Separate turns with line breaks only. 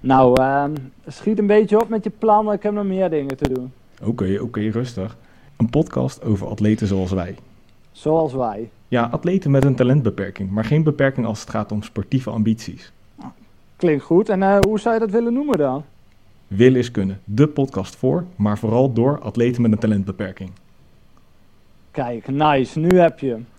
Nou, ehm, schiet een beetje op met je plannen. Ik heb nog meer dingen te doen.
Oké, oké, rustig. Een podcast over atleten zoals wij.
Zoals wij.
Ja, atleten met een talentbeperking, maar geen beperking als het gaat om sportieve ambities.
Klinkt goed. En eh, hoe zou je dat willen noemen dan?
Willen is kunnen, de podcast voor, maar vooral door atleten met een talentbeperking.
Kijk, nice. Nu heb je hem.